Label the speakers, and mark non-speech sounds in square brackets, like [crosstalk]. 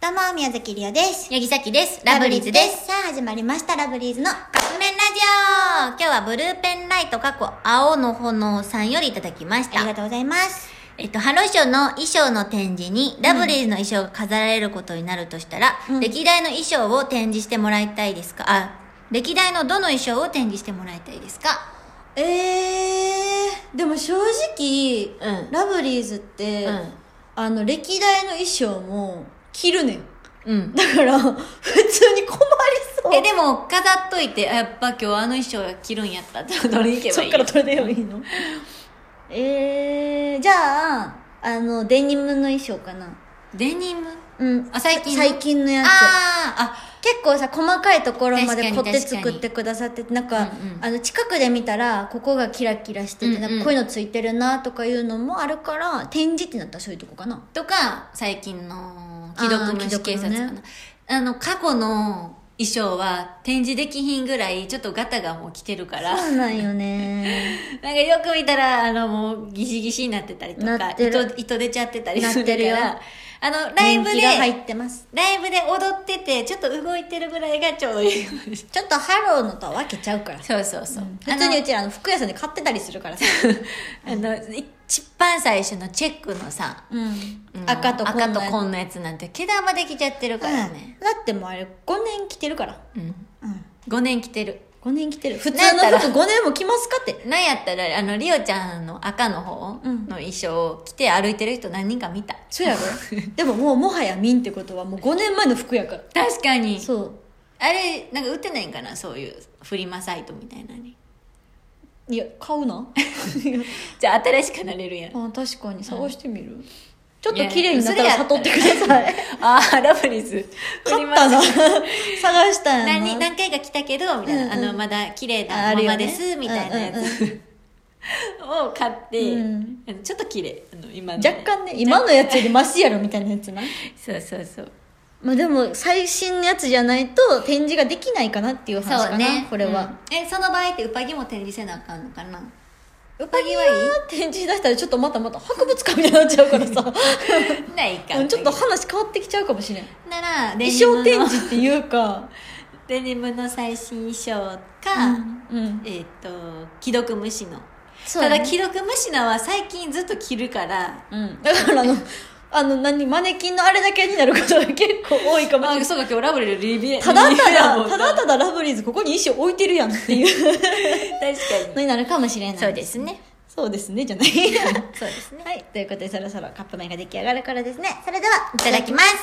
Speaker 1: どうも、宮崎りおです。
Speaker 2: ヤギサキです。ラブリーズです。。
Speaker 1: さあ、始まりました、ラブリーズの。
Speaker 2: カップ麺ラジオ今日はブルーペンライト過去青の炎さんよりいただきまし
Speaker 1: ありが
Speaker 2: た。
Speaker 1: とうございます。
Speaker 2: えっと、ハローショーの衣装の展示にラブリーズの衣装が飾られることになるとしたら、
Speaker 1: うん
Speaker 2: 歴代の衣装を展示してもらいたいですかあ、歴代のどの衣装を展示してもらいたいですか
Speaker 1: えー、でも正直、
Speaker 2: うん
Speaker 1: ラブリーズって、
Speaker 2: うん
Speaker 1: あの、歴代の衣装も着るねん。
Speaker 2: うん。
Speaker 1: だから、普通に困りそう。
Speaker 2: え、でも、飾っといて、あやっぱ今日あの衣装着るんやったら、どれに行けば
Speaker 1: そ
Speaker 2: い
Speaker 1: っ
Speaker 2: い
Speaker 1: から取れればいいのえー、じゃあ、あの、デニムの衣装かな。
Speaker 2: デニム
Speaker 1: うん。
Speaker 2: あ最近の
Speaker 1: 最近のやつ。
Speaker 2: あーあ、
Speaker 1: 結構さ細かいところまで
Speaker 2: 確
Speaker 1: 凝
Speaker 2: か
Speaker 1: って
Speaker 2: に
Speaker 1: 作ってくださっててなんか、
Speaker 2: うんうん
Speaker 1: あの近くで見たらここがキラキラしてて、
Speaker 2: うんうん
Speaker 1: なんかこういうのついてるなとかいうのもあるから展示ってなったらそういうとこかな
Speaker 2: とか最近の既読無視警察
Speaker 1: あ
Speaker 2: か
Speaker 1: ー
Speaker 2: な
Speaker 1: 既読
Speaker 2: あ,、
Speaker 1: の
Speaker 2: の過去の衣装は展示できひんぐらいちょっとガタがもう来てるから
Speaker 1: そうなんよね
Speaker 2: なんかよく見たらあのもうギシギシになってたりと
Speaker 1: な
Speaker 2: か
Speaker 1: ってる
Speaker 2: 糸糸出ちゃってたり
Speaker 1: なっ
Speaker 2: する
Speaker 1: て
Speaker 2: か
Speaker 1: るよ
Speaker 2: らあのライブ
Speaker 1: 年
Speaker 2: で
Speaker 1: 季が入ってます
Speaker 2: ライブで踊っててちょっと動いてるぐらいがちょうどいい
Speaker 1: ちょっとハローのとは分けちゃうから
Speaker 2: そうそうそう、
Speaker 1: 普通にうちらあの服屋さんで買ってたりするからさ、
Speaker 2: [laughs] あのあの一番最初のチェックのさ、
Speaker 1: うん
Speaker 2: うん
Speaker 1: 赤と紺の
Speaker 2: 赤と紺のやつなんて毛玉できちゃってるからね、
Speaker 1: だってもうあれ5年着てるから、
Speaker 2: うん、
Speaker 1: うん、
Speaker 2: 5年着てる
Speaker 1: 5年着てる普通
Speaker 2: なんやった
Speaker 1: の
Speaker 2: ら
Speaker 1: 服5年も着ますかって
Speaker 2: なんやったらあのリオちゃんの赤の方
Speaker 1: うん
Speaker 2: の衣装を着て歩いてる人何人か見た、
Speaker 1: そう [laughs] やろでももうもはや民ってことはもう5年前の服やから
Speaker 2: 確かに
Speaker 1: そう
Speaker 2: あれなんか売ってないんかなそういうフリマサイトみたいなのに
Speaker 1: いや買 [laughs] うな
Speaker 2: じゃあ新しくなれるやん
Speaker 1: あ確かに探してみる、ちょっ
Speaker 2: い
Speaker 1: と
Speaker 2: や
Speaker 1: 綺麗になったら
Speaker 2: それやっ
Speaker 1: 悟
Speaker 2: た
Speaker 1: っ
Speaker 2: ら
Speaker 1: てください
Speaker 2: ああラブリーズ
Speaker 1: 買った [laughs] な探したんやな
Speaker 2: 何何回か来たけどみたいな、
Speaker 1: うんうん
Speaker 2: あのまだ綺麗
Speaker 1: ああ
Speaker 2: な
Speaker 1: る
Speaker 2: ま
Speaker 1: よね
Speaker 2: まです、みたいなやつ、を買って、
Speaker 1: うん
Speaker 2: ちょっと綺麗あの今の
Speaker 1: 若干ね今のやつよりマシやろみたいなやつな
Speaker 2: そうそうそう
Speaker 1: まあでも最新のやつじゃないと展示ができないかなっていう話か
Speaker 2: そう
Speaker 1: な、
Speaker 2: ね
Speaker 1: これは、、
Speaker 2: うんえその場合ってウパギも展示せなあかんのかな
Speaker 1: う
Speaker 2: ウパギはいい
Speaker 1: 展示出したらちょっとまたまた博物館みたいになっちゃうから [laughs] さ
Speaker 2: ないか
Speaker 1: うんちょっと話変わってきちゃうかもしれん
Speaker 2: ならデ
Speaker 1: 衣
Speaker 2: ニム
Speaker 1: 装
Speaker 2: の
Speaker 1: 展示っていうか
Speaker 2: デニムの最新衣装か、
Speaker 1: うん、うん、
Speaker 2: えっ、と既読無視の、
Speaker 1: そう
Speaker 2: た
Speaker 1: やね
Speaker 2: だ既読無視のは最近ずっと着るから
Speaker 1: うん、だからあの、あの、何、マネキンのあれだけになることが結構多いかもしれない。
Speaker 2: そうか今日ラブレルリビエ
Speaker 1: ただただ、た
Speaker 2: 確
Speaker 1: だただラブリーズここに衣装置いてるやんっていう
Speaker 2: か
Speaker 1: [laughs] のになるかもしれない。
Speaker 2: にそうです。ね
Speaker 1: そうですね、 [laughs] じゃない。
Speaker 2: そうですね
Speaker 1: はい、ということでそろそろカップ麺が出来上がるからですね。それでは、い
Speaker 2: いただきます